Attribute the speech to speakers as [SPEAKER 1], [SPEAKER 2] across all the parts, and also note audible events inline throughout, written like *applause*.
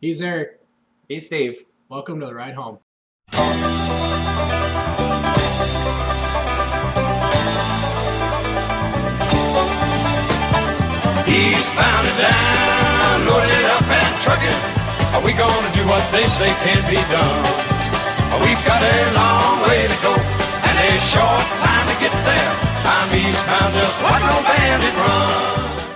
[SPEAKER 1] He's Eric.
[SPEAKER 2] Hey, Steve.
[SPEAKER 1] Welcome to the ride home.
[SPEAKER 3] Eastbound and down, loaded up and trucking. Are we gonna do what they say can't be done? We've got a long way to go and a short time to get there. I'm eastbound just like no bandit run.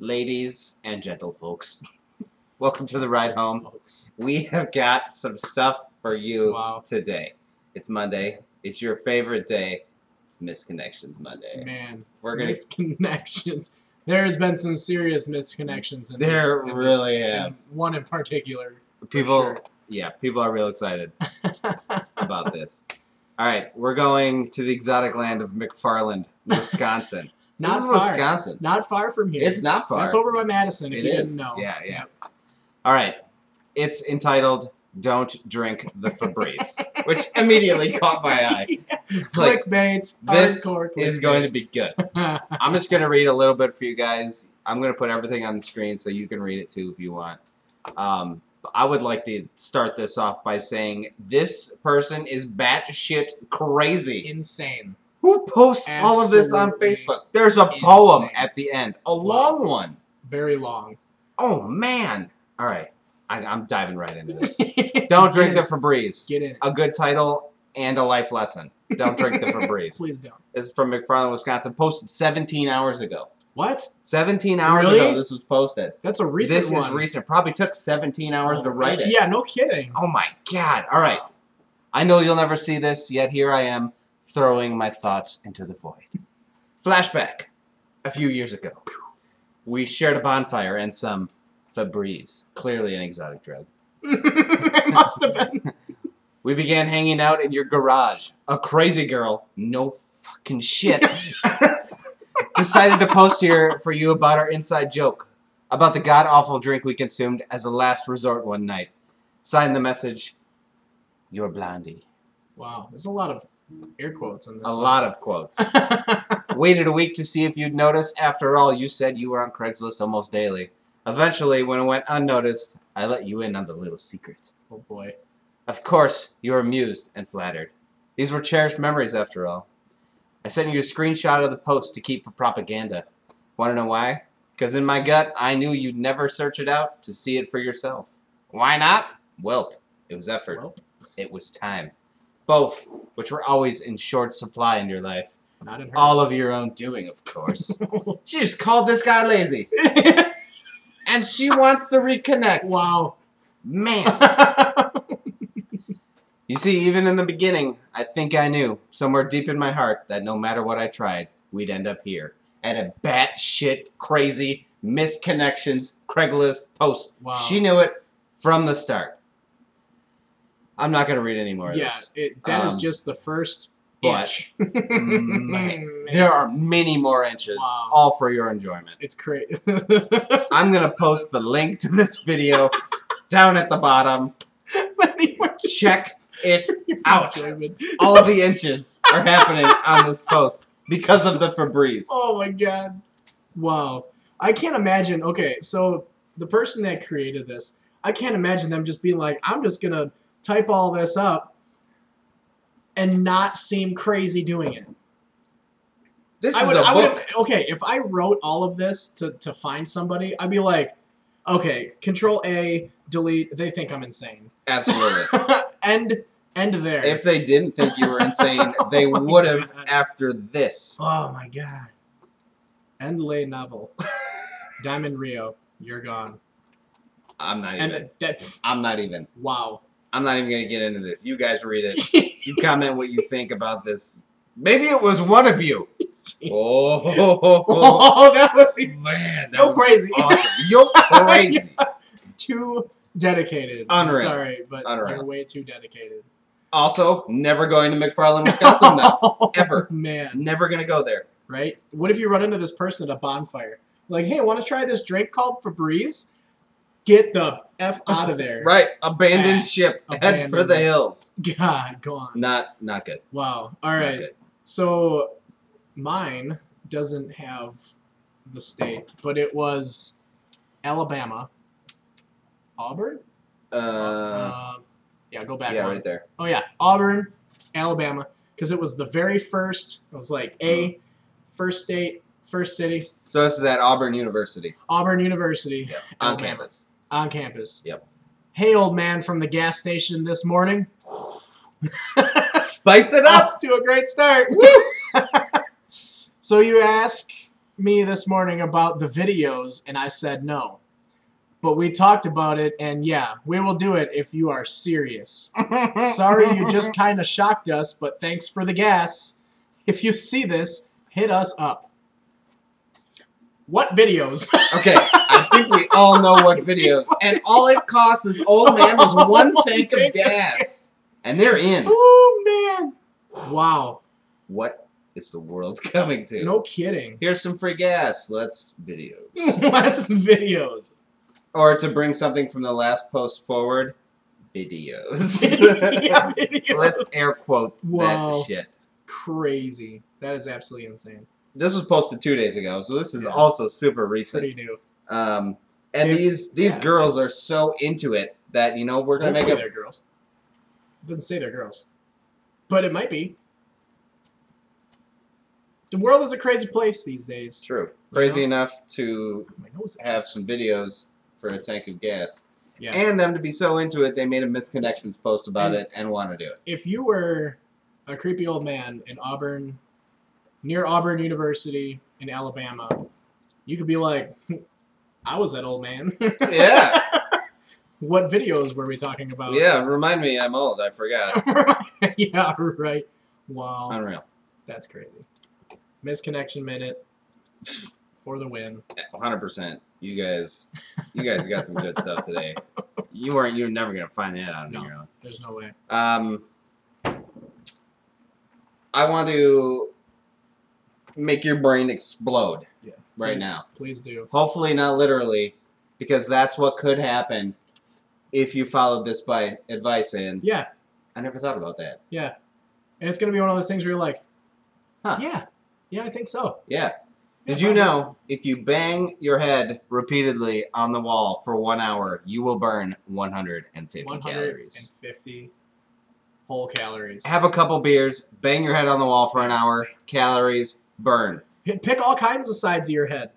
[SPEAKER 2] Ladies and gentle folks, *laughs* welcome to the ride home. We have got some stuff for you
[SPEAKER 1] Wow.
[SPEAKER 2] today. It's Monday. It's your favorite day. It's Misconnections Monday.
[SPEAKER 1] Man,
[SPEAKER 2] We're
[SPEAKER 1] *laughs*
[SPEAKER 2] gonna.
[SPEAKER 1] misconnections. There has been some serious misconnections in this.
[SPEAKER 2] There
[SPEAKER 1] in this-
[SPEAKER 2] really
[SPEAKER 1] in
[SPEAKER 2] have
[SPEAKER 1] one in particular. for
[SPEAKER 2] people.
[SPEAKER 1] sure.
[SPEAKER 2] Yeah, people are
[SPEAKER 1] *laughs*
[SPEAKER 2] real excited about this. All right, we're going to the exotic land of McFarland, Wisconsin.
[SPEAKER 1] *laughs* Not
[SPEAKER 2] this is
[SPEAKER 1] far.
[SPEAKER 2] Wisconsin.
[SPEAKER 1] Not far from here.
[SPEAKER 2] It's not far.
[SPEAKER 1] That's over by Madison. If
[SPEAKER 2] It
[SPEAKER 1] you
[SPEAKER 2] is.
[SPEAKER 1] didn't know.
[SPEAKER 2] Yeah, yeah.
[SPEAKER 1] *laughs*
[SPEAKER 2] All right. It's entitled "Don't Drink the Febreze," which immediately
[SPEAKER 1] *laughs*
[SPEAKER 2] caught my eye. Like,
[SPEAKER 1] Clickbait.
[SPEAKER 2] This
[SPEAKER 1] hardcore
[SPEAKER 2] is
[SPEAKER 1] clickbait.
[SPEAKER 2] going to be good. I'm just going to read a little bit for you guys. I'm going to put everything on the screen so you can read it too if you want. Um, but I would like to start this off by saying this person is batshit
[SPEAKER 1] *laughs*
[SPEAKER 2] crazy.
[SPEAKER 1] insane.
[SPEAKER 2] Who posts all of this on
[SPEAKER 1] Absolutely
[SPEAKER 2] Facebook? There's a poem
[SPEAKER 1] insane.
[SPEAKER 2] at the end, a long one.
[SPEAKER 1] Very long.
[SPEAKER 2] Oh, man. All right. I, I'm diving right into this. *laughs* Don't drink the
[SPEAKER 1] *laughs*
[SPEAKER 2] Febreze.
[SPEAKER 1] Get in it.
[SPEAKER 2] A good title and a life lesson. Don't
[SPEAKER 1] *laughs*
[SPEAKER 2] drink the Febreze.
[SPEAKER 1] Please don't.
[SPEAKER 2] This is from McFarland, Wisconsin. Posted 17 hours ago.
[SPEAKER 1] What?
[SPEAKER 2] 17 hours
[SPEAKER 1] Really?
[SPEAKER 2] ago, this was posted.
[SPEAKER 1] That's a recent
[SPEAKER 2] this
[SPEAKER 1] one.
[SPEAKER 2] is recent. Probably took 17 hours to write it.
[SPEAKER 1] Yeah, no kidding. *laughs*
[SPEAKER 2] Oh my God. All right. I know you'll never see this, yet here I am throwing my thoughts into the void. Flashback. A few years ago, we shared a bonfire and some Febreze, clearly an exotic drug.
[SPEAKER 1] it must have been.
[SPEAKER 2] We began hanging out in your garage. A crazy girl, no fucking shit, decided to post here for you about our inside joke, about the god awful drink we consumed as a last resort one night. Signed the message, You're Blondie.
[SPEAKER 1] Wow, there's a lot of air quotes in this.
[SPEAKER 2] A lot
[SPEAKER 1] *laughs*
[SPEAKER 2] of quotes.
[SPEAKER 1] of.
[SPEAKER 2] Waited a week to see if you'd notice. After all, you said you were on Craigslist almost daily. Eventually, when it went unnoticed, I let you in on the little secret.
[SPEAKER 1] oh boy.
[SPEAKER 2] Of course, you were amused and flattered. These were cherished memories, after all. I sent you a screenshot of the post to keep for propaganda. Want to know why? Because in my gut, I knew you'd never search it out to see it for yourself. Why not? Welp, it was effort.
[SPEAKER 1] Well,
[SPEAKER 2] It was time. Both, which were always in short supply in your life.
[SPEAKER 1] not in her.
[SPEAKER 2] All of your own doing, of course. she just called this guy lazy. and she wants to reconnect.
[SPEAKER 1] wow.
[SPEAKER 2] Man. You see, even in the beginning, I think I knew, somewhere deep in my heart, that no matter what I tried, we'd end up here. At a batshit crazy misconnections Craigslist post.
[SPEAKER 1] Wow.
[SPEAKER 2] She knew it from the start. I'm not going to read any more of
[SPEAKER 1] yeah,
[SPEAKER 2] this.
[SPEAKER 1] it, that is
[SPEAKER 2] Um,
[SPEAKER 1] just the first
[SPEAKER 2] but-
[SPEAKER 1] inch.
[SPEAKER 2] Man, there are many more inches,
[SPEAKER 1] Wow.
[SPEAKER 2] all for your enjoyment.
[SPEAKER 1] It's *laughs* great.
[SPEAKER 2] I'm going to post the link to this
[SPEAKER 1] *laughs*
[SPEAKER 2] video down at the bottom.
[SPEAKER 1] Anyway,
[SPEAKER 2] Check it out.
[SPEAKER 1] David.
[SPEAKER 2] all the inches are happening on this post because of the Febreze.
[SPEAKER 1] Oh my god. Wow. I can't imagine. Okay, so the person that created this, I can't imagine them just being like, I'm just going to type all this up and not seem crazy doing it.
[SPEAKER 2] This
[SPEAKER 1] I
[SPEAKER 2] is
[SPEAKER 1] would,
[SPEAKER 2] a
[SPEAKER 1] I would,
[SPEAKER 2] book.
[SPEAKER 1] okay, if I wrote all of this to, to find somebody, I'd be like, okay, control A, delete, they think I'm insane. *laughs*
[SPEAKER 2] Absolutely.
[SPEAKER 1] end, end there.
[SPEAKER 2] If they didn't think you were
[SPEAKER 1] *laughs*
[SPEAKER 2] insane, they would have
[SPEAKER 1] Oh God.
[SPEAKER 2] after this.
[SPEAKER 1] Oh my god. End lay
[SPEAKER 2] *laughs*
[SPEAKER 1] novel. Diamond Rio, you're gone.
[SPEAKER 2] I'm not even.
[SPEAKER 1] And that,
[SPEAKER 2] I'm not even. *laughs*
[SPEAKER 1] wow. *laughs*
[SPEAKER 2] I'm not even gonna get into this. You guys read it. You comment what you think about this. Maybe it was one of
[SPEAKER 1] *laughs*
[SPEAKER 2] you. Oh,
[SPEAKER 1] oh, that would be
[SPEAKER 2] man, that
[SPEAKER 1] You're
[SPEAKER 2] was
[SPEAKER 1] crazy.
[SPEAKER 2] Awesome.
[SPEAKER 1] *laughs*
[SPEAKER 2] You're crazy.
[SPEAKER 1] too dedicated.
[SPEAKER 2] Unreal.
[SPEAKER 1] I'm sorry, but
[SPEAKER 2] Unreal.
[SPEAKER 1] you're way too dedicated.
[SPEAKER 2] also, never going to
[SPEAKER 1] *laughs*
[SPEAKER 2] McFarland, Wisconsin now. Ever.
[SPEAKER 1] Man,
[SPEAKER 2] Never gonna go there.
[SPEAKER 1] right? What if you run into this person at a bonfire? Like, hey, want to try this drink called Febreze? Get the
[SPEAKER 2] *laughs*
[SPEAKER 1] F out of there.
[SPEAKER 2] Right, abandoned
[SPEAKER 1] Fast.
[SPEAKER 2] ship, *laughs* head for
[SPEAKER 1] Abandoned.
[SPEAKER 2] the hills.
[SPEAKER 1] *laughs* God, gone.
[SPEAKER 2] Not, not good.
[SPEAKER 1] Wow. All
[SPEAKER 2] Not
[SPEAKER 1] right.
[SPEAKER 2] good.
[SPEAKER 1] So mine doesn't have the state, but it was Alabama. Auburn?
[SPEAKER 2] Uh,
[SPEAKER 1] Um, yeah, go back
[SPEAKER 2] yeah,
[SPEAKER 1] one.
[SPEAKER 2] right there.
[SPEAKER 1] Oh yeah, Auburn, Alabama, because it was the very first. It was like
[SPEAKER 2] Uh-huh.
[SPEAKER 1] a first state, first city,
[SPEAKER 2] So this is at Auburn University
[SPEAKER 1] Auburn University
[SPEAKER 2] on
[SPEAKER 1] Alabama.
[SPEAKER 2] campus.
[SPEAKER 1] on campus.
[SPEAKER 2] Yep.
[SPEAKER 1] Hey, old man from the gas station this morning. *laughs*
[SPEAKER 2] Spice it up.
[SPEAKER 1] Off to a great start. *laughs* so you ask me this morning about the videos, and I said no. But we talked about it, and yeah, we will do it if you are serious. Sorry you just kind of shocked us, but thanks for the gas. If you see this, hit us up. What videos? *laughs*
[SPEAKER 2] Oh, Okay, I think we all know what videos. And all it costs is old man
[SPEAKER 1] *laughs*
[SPEAKER 2] was one
[SPEAKER 1] One
[SPEAKER 2] tank
[SPEAKER 1] tank
[SPEAKER 2] of
[SPEAKER 1] of
[SPEAKER 2] gas. And they're in.
[SPEAKER 1] oh man. Wow.
[SPEAKER 2] What is the world *laughs* coming to?
[SPEAKER 1] No kidding. *laughs*
[SPEAKER 2] Here's some free gas. Let's video.
[SPEAKER 1] What's the videos? *laughs*
[SPEAKER 2] *laughs* Or to bring something from the last post forward,
[SPEAKER 1] *laughs*
[SPEAKER 2] videos. *laughs*
[SPEAKER 1] yeah, videos.
[SPEAKER 2] Let's air quote
[SPEAKER 1] Wow.
[SPEAKER 2] that shit.
[SPEAKER 1] crazy. That is absolutely insane.
[SPEAKER 2] This was posted two days ago, so this is
[SPEAKER 1] Yeah.
[SPEAKER 2] also super recent.
[SPEAKER 1] Pretty new.
[SPEAKER 2] Um, and
[SPEAKER 1] Dude,
[SPEAKER 2] these these
[SPEAKER 1] yeah.
[SPEAKER 2] girls are so into it that you know we're gonna
[SPEAKER 1] Hopefully
[SPEAKER 2] make a
[SPEAKER 1] they're girls. Doesn't say they're girls, but it might be. The world is a crazy place these
[SPEAKER 2] It's
[SPEAKER 1] days.
[SPEAKER 2] true. Crazy enough to
[SPEAKER 1] My nose itches.
[SPEAKER 2] have some videos for a tank of gas.
[SPEAKER 1] Yeah.
[SPEAKER 2] And them to be so into it, they made a misconnections post about
[SPEAKER 1] And-
[SPEAKER 2] it and want to do it.
[SPEAKER 1] *laughs* if you were a creepy old man in Auburn, near Auburn University in Alabama, you could be like, *laughs* "I was that old man." *laughs*
[SPEAKER 2] Yeah,
[SPEAKER 1] what videos were we talking about?
[SPEAKER 2] yeah. Remind me, I'm old. I forgot.
[SPEAKER 1] Oh. *laughs* yeah, right. Wow.
[SPEAKER 2] Unreal.
[SPEAKER 1] That's crazy. Misconnection minute for the win.
[SPEAKER 2] 100. percent You guys, you guys got some good stuff today. You weren't. You're never gonna find that out on
[SPEAKER 1] No.
[SPEAKER 2] your own.
[SPEAKER 1] There's no way.
[SPEAKER 2] Um, I want to make your brain explode
[SPEAKER 1] Yeah.
[SPEAKER 2] right
[SPEAKER 1] Please-
[SPEAKER 2] now.
[SPEAKER 1] Please do.
[SPEAKER 2] Hopefully not literally, because that's what could happen if you followed this by advice. And
[SPEAKER 1] Yeah.
[SPEAKER 2] I never thought about that.
[SPEAKER 1] And it's going to be one of those things where you're like,
[SPEAKER 2] Huh.
[SPEAKER 1] yeah, yeah, I think so.
[SPEAKER 2] Yeah. Did
[SPEAKER 1] Yeah,
[SPEAKER 2] you
[SPEAKER 1] probably.
[SPEAKER 2] know if you bang your head repeatedly on the wall for one hour, you will burn 150 calories?
[SPEAKER 1] 150 whole calories.
[SPEAKER 2] Have a couple beers, bang your head on the wall for an hour, calories burn.
[SPEAKER 1] P- Pick all kinds of sides of your head.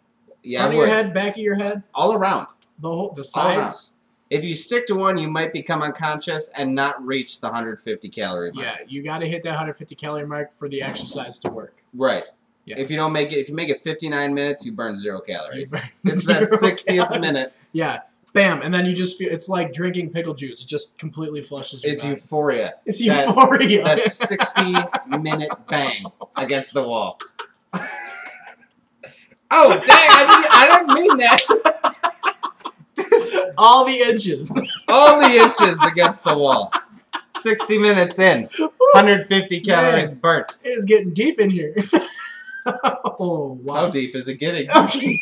[SPEAKER 2] Yeah,
[SPEAKER 1] Front
[SPEAKER 2] I
[SPEAKER 1] of your
[SPEAKER 2] would.
[SPEAKER 1] head, back of your head,
[SPEAKER 2] all around.
[SPEAKER 1] the whole, the
[SPEAKER 2] All around.
[SPEAKER 1] sides.
[SPEAKER 2] If you stick to one, you might become unconscious and not reach the 150 calorie mark.
[SPEAKER 1] Yeah, you got to hit that 150 calorie mark for the exercise to work.
[SPEAKER 2] Right.
[SPEAKER 1] Yeah.
[SPEAKER 2] If you don't make it, if you make it 59 minutes, you burn zero calories.
[SPEAKER 1] You burn
[SPEAKER 2] it's that
[SPEAKER 1] zero
[SPEAKER 2] 60th
[SPEAKER 1] calories.
[SPEAKER 2] minute.
[SPEAKER 1] Yeah, bam, and then you just feel it's like drinking pickle juice. It just completely flushes your
[SPEAKER 2] It's
[SPEAKER 1] body. *laughs*
[SPEAKER 2] euphoria.
[SPEAKER 1] It's
[SPEAKER 2] That-
[SPEAKER 1] euphoria.
[SPEAKER 2] That 60 minute bang against the wall. oh, dang! I didn't, I didn't mean that.
[SPEAKER 1] *laughs* all the inches.
[SPEAKER 2] All the inches against the wall. 60 minutes in, 150 calories burnt.
[SPEAKER 1] It is getting deep in here. *laughs* oh wow!
[SPEAKER 2] How deep is it
[SPEAKER 1] *laughs*
[SPEAKER 2] getting?
[SPEAKER 1] Oh, jeez.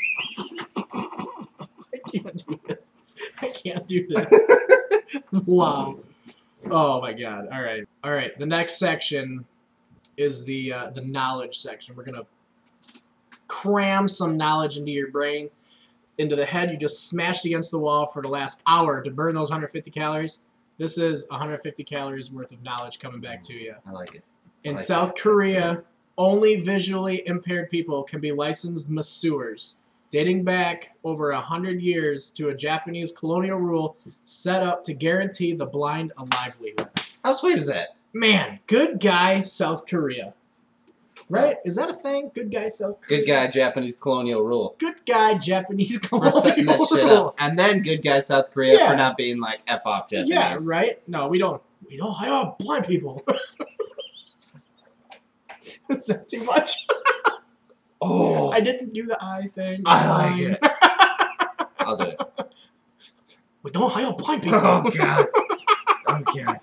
[SPEAKER 1] I can't do this. I can't do this. *laughs* wow. Oh my god. All right. All right. The next section is the uh, the knowledge section. We're gonna cram some knowledge into your brain, into the head. You just smashed against the wall for the last hour to burn those 150 calories. This is 150 calories worth of knowledge coming back to you.
[SPEAKER 2] I like it.
[SPEAKER 1] In
[SPEAKER 2] Like
[SPEAKER 1] South
[SPEAKER 2] that.
[SPEAKER 1] Korea, only visually impaired people can be licensed masseurs, dating back over a hundred years to a Japanese colonial rule set up to guarantee the blind a livelihood.
[SPEAKER 2] How sweet is that?
[SPEAKER 1] Man, good guy, South Korea. Right? Is that a thing? Good guy, South Korea.
[SPEAKER 2] Good guy, Japanese colonial rule.
[SPEAKER 1] Good guy, Japanese
[SPEAKER 2] for setting that
[SPEAKER 1] colonial
[SPEAKER 2] shit
[SPEAKER 1] rule.
[SPEAKER 2] up. And then good guy South Korea
[SPEAKER 1] Yeah.
[SPEAKER 2] for not being like F off Japanese.
[SPEAKER 1] Yeah, right? No, we don't. We don't hire blind people. *laughs* Is that too much?
[SPEAKER 2] Oh,
[SPEAKER 1] I
[SPEAKER 2] I,
[SPEAKER 1] didn't do the eye thing.
[SPEAKER 2] like
[SPEAKER 1] Fine.
[SPEAKER 2] it. I'll do it.
[SPEAKER 1] *laughs* We don't hire blind people.
[SPEAKER 2] Oh,
[SPEAKER 1] *laughs*
[SPEAKER 2] God. Oh, God.
[SPEAKER 1] that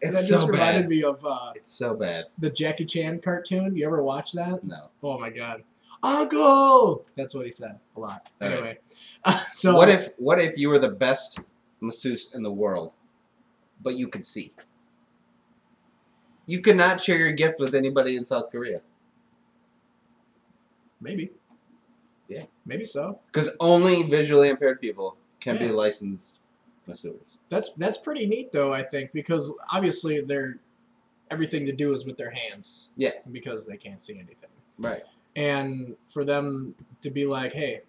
[SPEAKER 2] It's
[SPEAKER 1] just
[SPEAKER 2] so
[SPEAKER 1] reminded
[SPEAKER 2] bad.
[SPEAKER 1] me of uh,
[SPEAKER 2] It's so bad.
[SPEAKER 1] the Jackie Chan cartoon. You ever watch that?
[SPEAKER 2] No.
[SPEAKER 1] Oh my god, Uncle! That's what he said a lot.
[SPEAKER 2] All right.
[SPEAKER 1] anyway, *laughs* uh, so
[SPEAKER 2] what if what if you were the best masseuse in the world, but you could see? You could not share your gift with anybody in South Korea
[SPEAKER 1] maybe?
[SPEAKER 2] Yeah.
[SPEAKER 1] maybe so.
[SPEAKER 2] because only visually impaired people can be
[SPEAKER 1] Yeah.
[SPEAKER 2] licensed Missouri's.
[SPEAKER 1] That's that's pretty neat though, I think, because obviously they're everything to do is with their hands.
[SPEAKER 2] Yeah.
[SPEAKER 1] Because they can't see anything.
[SPEAKER 2] Right.
[SPEAKER 1] And for them to be like, hey,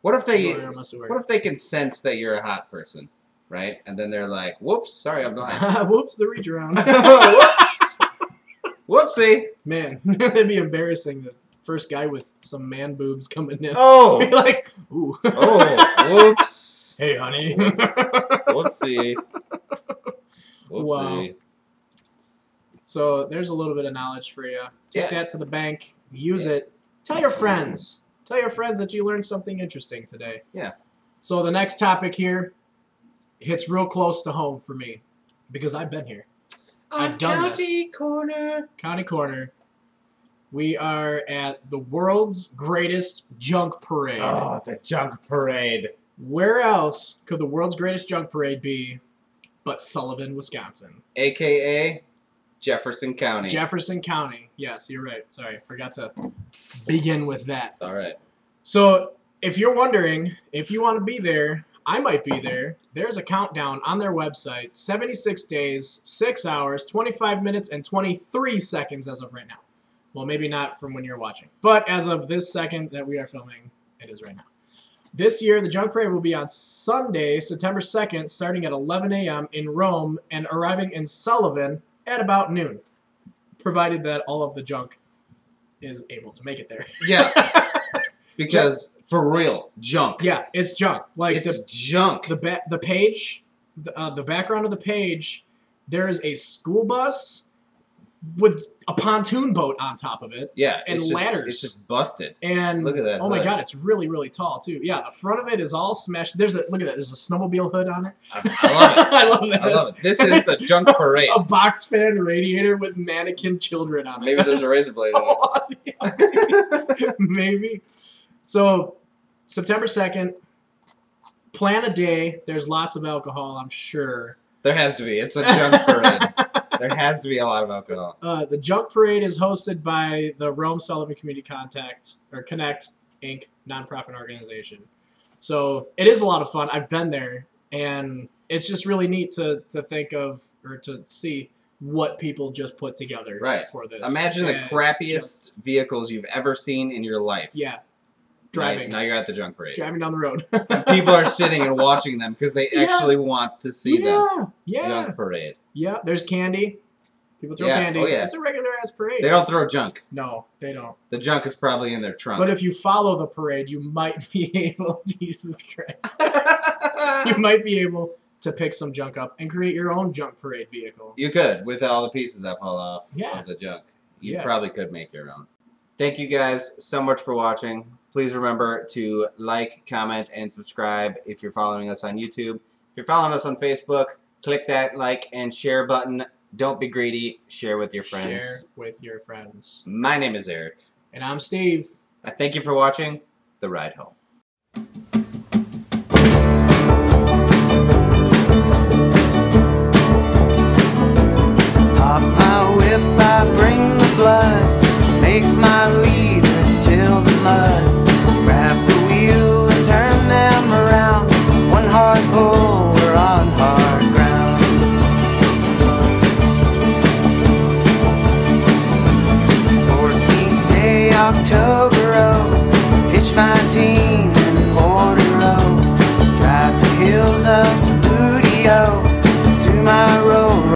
[SPEAKER 2] What if they?
[SPEAKER 1] lawyer must
[SPEAKER 2] What if they can sense that you're a hot person, right? And then they're like, "Whoops, sorry,
[SPEAKER 1] *laughs*
[SPEAKER 2] I'm blind."
[SPEAKER 1] Whoops, the redrown.
[SPEAKER 2] *laughs* Whoops. Whoopsie.
[SPEAKER 1] *laughs* Man, *laughs* it'd be embarrassing the first guy with some man boobs coming in. *laughs*
[SPEAKER 2] Oh.
[SPEAKER 1] Be like, ooh.
[SPEAKER 2] Oh.
[SPEAKER 1] *laughs*
[SPEAKER 2] Whoops.
[SPEAKER 1] Hey, honey. *laughs*
[SPEAKER 2] Whoopsie.
[SPEAKER 1] Wow.
[SPEAKER 2] Whoopsie.
[SPEAKER 1] so there's a little bit of knowledge for you. Take
[SPEAKER 2] Yeah.
[SPEAKER 1] that to the bank. Use it. Tell your friends. Tell your friends that you learned something interesting today.
[SPEAKER 2] Yeah.
[SPEAKER 1] So the next topic here hits real close to home for me because I've been here. I've done this.
[SPEAKER 2] corner.
[SPEAKER 1] County Corner. We are at the world's greatest junk parade.
[SPEAKER 2] Oh, the junk parade.
[SPEAKER 1] Where else could the world's greatest junk parade be but Sullivan, Wisconsin?
[SPEAKER 2] AKA Jefferson County.
[SPEAKER 1] Jefferson County. Yes, you're right. Sorry, forgot to begin with that.
[SPEAKER 2] It's all right.
[SPEAKER 1] So, if you're wondering if you want to be there, I might be there. There's a countdown on their website 76 days, 6 hours, 25 minutes, and 23 seconds as of right now. Well, maybe not from when you're watching, but as of this second that we are filming, it is right now. This year, the Junk Parade will be on Sunday, September 2nd, starting at 11 a.m. in Rome and arriving in Sullivan at about noon, provided that all of the junk is able to make it there. *laughs*
[SPEAKER 2] Yeah. *laughs* because for real, junk.
[SPEAKER 1] yeah, it's junk. Like
[SPEAKER 2] it's
[SPEAKER 1] the
[SPEAKER 2] junk.
[SPEAKER 1] the ba- the page, the, uh, the background of the page, there is a school bus with a pontoon boat on top of it,
[SPEAKER 2] yeah.
[SPEAKER 1] and
[SPEAKER 2] it's just-
[SPEAKER 1] ladders.
[SPEAKER 2] It's just busted.
[SPEAKER 1] and
[SPEAKER 2] Look at that
[SPEAKER 1] Oh my
[SPEAKER 2] hood.
[SPEAKER 1] god, it's really really tall too. Yeah, the front of it is all smashed. There's a look at that. There's a snowmobile hood on it.
[SPEAKER 2] I, I love
[SPEAKER 1] *laughs* I love
[SPEAKER 2] it.
[SPEAKER 1] that.
[SPEAKER 2] I love it. This is the junk parade.
[SPEAKER 1] A box fan radiator with mannequin children on it.
[SPEAKER 2] Maybe there's
[SPEAKER 1] *laughs*
[SPEAKER 2] a razor blade on
[SPEAKER 1] Awesome. *laughs* Maybe. So, September 2nd, plan a day. There's lots of alcohol, I'm sure.
[SPEAKER 2] There has to be. It's a junk parade. there has to be a lot of alcohol.
[SPEAKER 1] Uh, the Junk Parade is hosted by the Rome Sullivan Community Contact or Connect Inc. nonprofit organization. So it is a lot of fun. I've been there, and it's just really neat to to think of or to see what people just put together
[SPEAKER 2] Right.
[SPEAKER 1] for this.
[SPEAKER 2] Imagine the
[SPEAKER 1] And it's
[SPEAKER 2] crappiest
[SPEAKER 1] just-
[SPEAKER 2] vehicles you've ever seen in your life.
[SPEAKER 1] yeah, driving,
[SPEAKER 2] Driving. Now, you're at the junk parade.
[SPEAKER 1] driving down the road.
[SPEAKER 2] And people are sitting and watching them because they
[SPEAKER 1] Yeah.
[SPEAKER 2] actually want to see
[SPEAKER 1] *laughs* yeah,
[SPEAKER 2] them.
[SPEAKER 1] yeah,
[SPEAKER 2] Junk parade.
[SPEAKER 1] yeah. There's candy. People throw
[SPEAKER 2] Yeah,
[SPEAKER 1] candy.
[SPEAKER 2] oh yeah.
[SPEAKER 1] It's a regular ass parade.
[SPEAKER 2] They don't throw junk.
[SPEAKER 1] no, they don't.
[SPEAKER 2] The junk is probably in their trunk.
[SPEAKER 1] But if you follow the parade, you might *laughs* be able. Jesus Christ.
[SPEAKER 2] *laughs*
[SPEAKER 1] you might be able to pick some junk up and create your own junk parade vehicle.
[SPEAKER 2] *laughs* you could with all the pieces that fall off
[SPEAKER 1] Yeah.
[SPEAKER 2] of the junk. You
[SPEAKER 1] Yeah.
[SPEAKER 2] probably could make your own. Thank you guys so much for watching. Please remember to like, comment, and subscribe if you're following us on YouTube. If you're following us on Facebook, click that like and share button. Don't be greedy. Share with your friends.
[SPEAKER 1] Share with your friends.
[SPEAKER 2] My name is Eric.
[SPEAKER 1] And I'm Steve.
[SPEAKER 2] I thank you for watching The Ride Home.
[SPEAKER 4] Pop my whip, I bring the blood. Make my leaders till the mud. Wrap the wheel and turn them around. One hard pull, we're on hard ground. Fourteenth day, October, oh, pitch my team in the border, oh. Drive the hills of Sabutio to my road.